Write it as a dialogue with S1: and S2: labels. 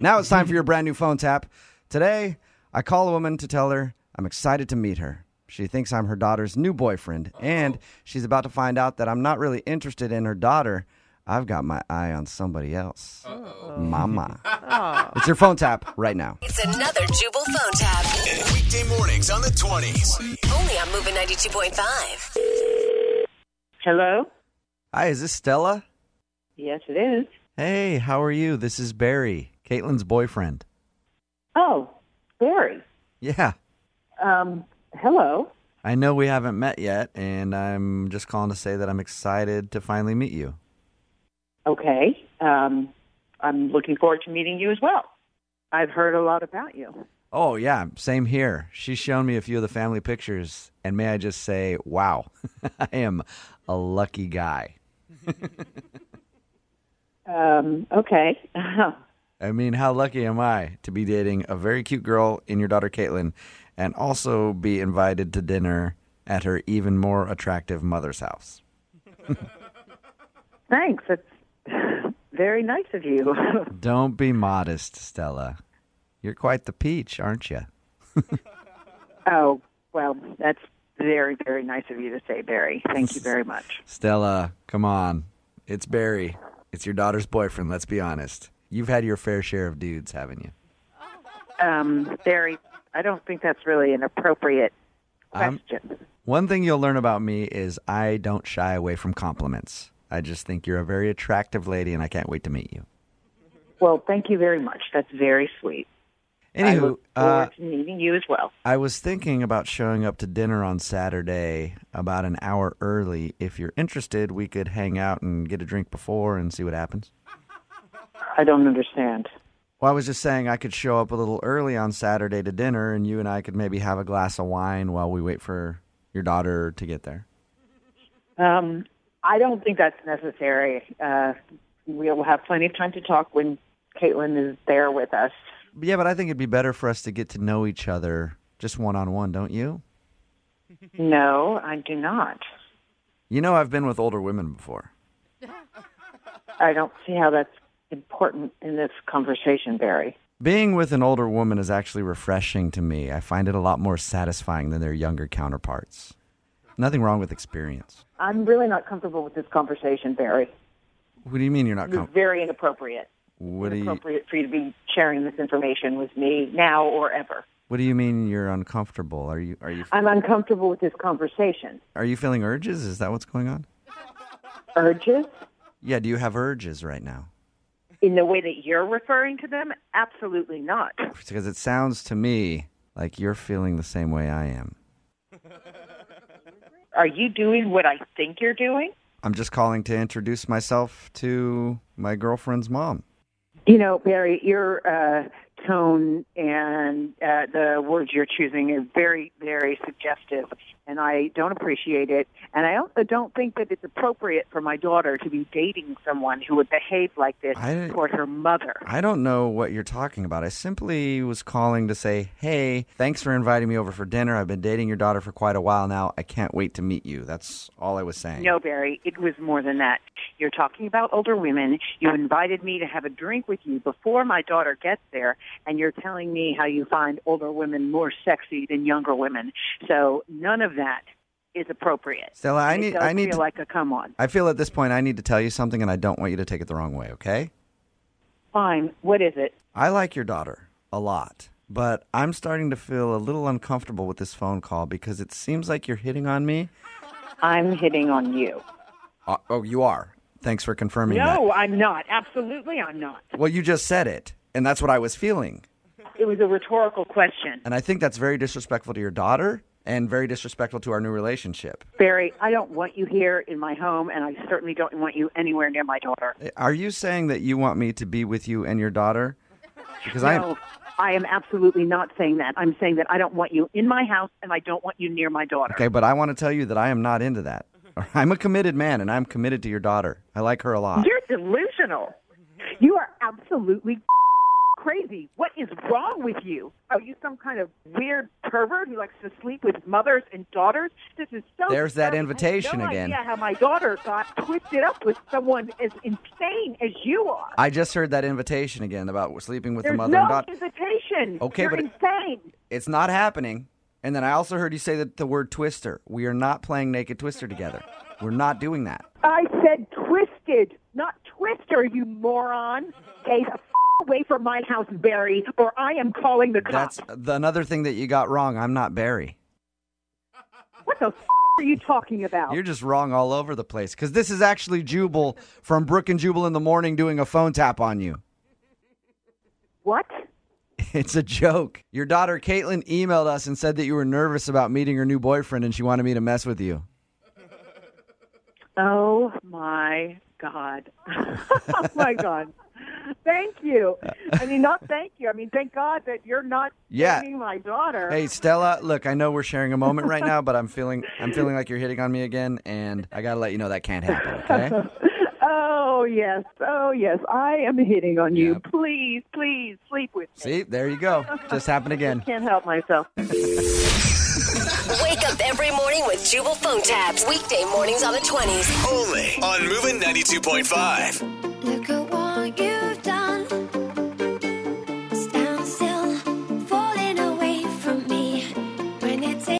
S1: Now it's time for your brand new phone tap. Today, I call a woman to tell her I'm excited to meet her. She thinks I'm her daughter's new boyfriend, and she's about to find out that I'm not really interested in her daughter. I've got my eye on somebody else. Mama. It's your phone tap right now.
S2: It's another Jubal phone tab.
S3: Weekday mornings on the 20s.
S2: Only on Moving 92.5.
S4: Hello?
S1: Hi, is this Stella?
S4: Yes, it is.
S1: Hey, how are you? This is Barry, Caitlin's boyfriend.
S4: Oh, Barry.
S1: Yeah,
S4: Um, hello.
S1: I know we haven't met yet, and I'm just calling to say that I'm excited to finally meet you.
S4: Okay. Um, I'm looking forward to meeting you as well. I've heard a lot about you.
S1: Oh, yeah, same here. She's shown me a few of the family pictures, and may I just say, wow, I am a lucky guy.
S4: Um, okay.
S1: I mean, how lucky am I to be dating a very cute girl in your daughter, Caitlin, and also be invited to dinner at her even more attractive mother's house?
S4: Thanks. That's very nice of you.
S1: Don't be modest, Stella. You're quite the peach, aren't you?
S4: oh, well, that's very, very nice of you to say, Barry. Thank you very much.
S1: Stella, come on. It's Barry. It's your daughter's boyfriend, let's be honest. You've had your fair share of dudes, haven't you?
S4: Um, Barry, I don't think that's really an appropriate
S1: I'm-
S4: question.
S1: One thing you'll learn about me is I don't shy away from compliments. I just think you're a very attractive lady and I can't wait to meet you.
S4: well, thank you very much. That's very sweet. I
S1: Anywho,
S4: look
S1: uh,
S4: forward to meeting you as well.
S1: I was thinking about showing up to dinner on Saturday about an hour early. If you're interested, we could hang out and get a drink before and see what happens.
S4: I don't understand.
S1: Well, I was just saying I could show up a little early on Saturday to dinner, and you and I could maybe have a glass of wine while we wait for your daughter to get there.
S4: Um, I don't think that's necessary. Uh, we'll have plenty of time to talk when Caitlin is there with us.
S1: But yeah, but I think it'd be better for us to get to know each other just one on one, don't you? Mm-hmm.
S4: No, I do not.
S1: You know, I've been with older women before.
S4: I don't see how that's important in this conversation, Barry.
S1: Being with an older woman is actually refreshing to me. I find it a lot more satisfying than their younger counterparts. Nothing wrong with experience.
S4: I'm really not comfortable with this conversation, Barry.
S1: What do you mean you're not
S4: This is
S1: comfortable?
S4: very inappropriate.
S1: What do you
S4: Inappropriate for you to be sharing this information with me now or ever.
S1: What do you mean you're uncomfortable? Are you are you
S4: I'm uncomfortable with this conversation.
S1: are you feeling urges? Is that what's going on?
S4: Urges?
S1: Yeah, do you have urges right now?
S4: In the way that you're referring to them? Absolutely not.
S1: Because it sounds to me like you're feeling the same way I am.
S4: Are you doing what I think you're doing?
S1: I'm just calling to introduce myself to my girlfriend's mom.
S4: You know, Barry, your uh, tone and uh, the words you're choosing is very, very suggestive, and I don't appreciate it. And I also don't think that it's appropriate for my daughter to be dating someone who would behave like this
S1: I-
S4: toward her mother.
S1: I don't know what you're talking about. I simply was calling to say, hey, thanks for inviting me over for dinner. I've been dating your daughter for quite a while now. I can't wait to meet you. That's all I was saying.
S4: No, Barry, it was more than that. You're talking about older women. You invited me to have a drink with you before my daughter gets there, and you're telling me how you find older women more sexy than younger women. So none of that is appropriate.
S1: Stella, I
S4: It
S1: need-
S4: does
S1: I need
S4: feel
S1: to-
S4: like a come on.
S1: I feel at this point I need to tell you something and I don't want you to take it the wrong way, okay?
S4: Fine. What is it?
S1: I like your daughter a lot, but I'm starting to feel a little uncomfortable with this phone call because it seems like you're hitting on me.
S4: I'm hitting on you.
S1: Uh, oh, you are. Thanks for confirming
S4: No, I'm not. Absolutely, I'm not.
S1: that. Well, you just said it, and that's what I was feeling.
S4: It was a rhetorical question.
S1: And I think that's very disrespectful to your daughter and very disrespectful to our new relationship.
S4: Barry, I don't want you here in my home, and I certainly don't want you anywhere near my daughter.
S1: Are you saying that you want me to be with you and your daughter? Because
S4: No, I am absolutely not saying that. I'm saying that I don't want you in my house and I don't want you near my daughter.
S1: Okay, but I want to tell you that I am not into that. I'm a committed man and I'm committed to your daughter. I like her a lot.
S4: You're delusional. You are absolutely crazy. What is wrong with you? Are you some kind of weird pervert who likes to sleep with mothers and daughters? This is so.
S1: There's that
S4: disturbing.
S1: invitation
S4: I have no
S1: again.
S4: Idea how my daughter got twisted up with someone as insane as you are.
S1: I just heard that invitation again about sleeping with
S4: There's
S1: the mother
S4: no
S1: and daughter.
S4: invitation.
S1: Okay,
S4: You're
S1: but it-
S4: insane.
S1: It's not happening. And then I also heard you say that the word twister. We are not playing naked twister together. We're not doing that.
S4: I said twisted, not twister, you moron. Stay the f- away from my house, Barry, or I am calling the cops.
S1: That's the, another thing that you got wrong. I'm not Barry.
S4: What the f- are you talking about?
S1: You're just wrong all over the place because this is actually Jubal from Brook and Jubal in the morning doing a phone tap on you.
S4: What?
S1: It's a joke. Your daughter Caitlin emailed us and said that you were nervous about meeting her new boyfriend and she wanted me to mess with you.
S4: Oh my God. oh my God. Thank you. I mean, not thank you. I mean, thank God that you're not
S1: Yeah.
S4: dating my daughter.
S1: Hey Stella, look, I know we're sharing a moment right now, but I'm feeling I'm feeling like you're hitting on me again, and I gotta let you know that can't happen. Okay?
S4: Oh, yes. Oh, yes. I am hitting on you.
S1: Yep.
S4: Please, please sleep with me.
S1: See, there you go. Just happened again.
S4: Can't help myself.
S2: Wake up every morning with Jubal phone tabs. Weekday mornings on the 20s.
S3: Only on Moving 92.5.
S5: Look away